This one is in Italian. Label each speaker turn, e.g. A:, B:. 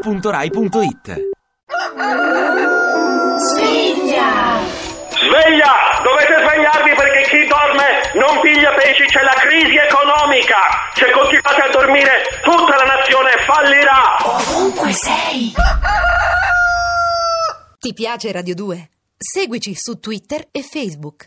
A: radio2pod.rai.it
B: Sveglia!
C: Sveglia! Dovete svegliarvi perché chi dorme non piglia pesci, c'è la crisi economica! Se continuate a dormire tutta la nazione fallirà!
B: Ovunque sei!
D: Ti piace Radio 2? Seguici su Twitter e Facebook.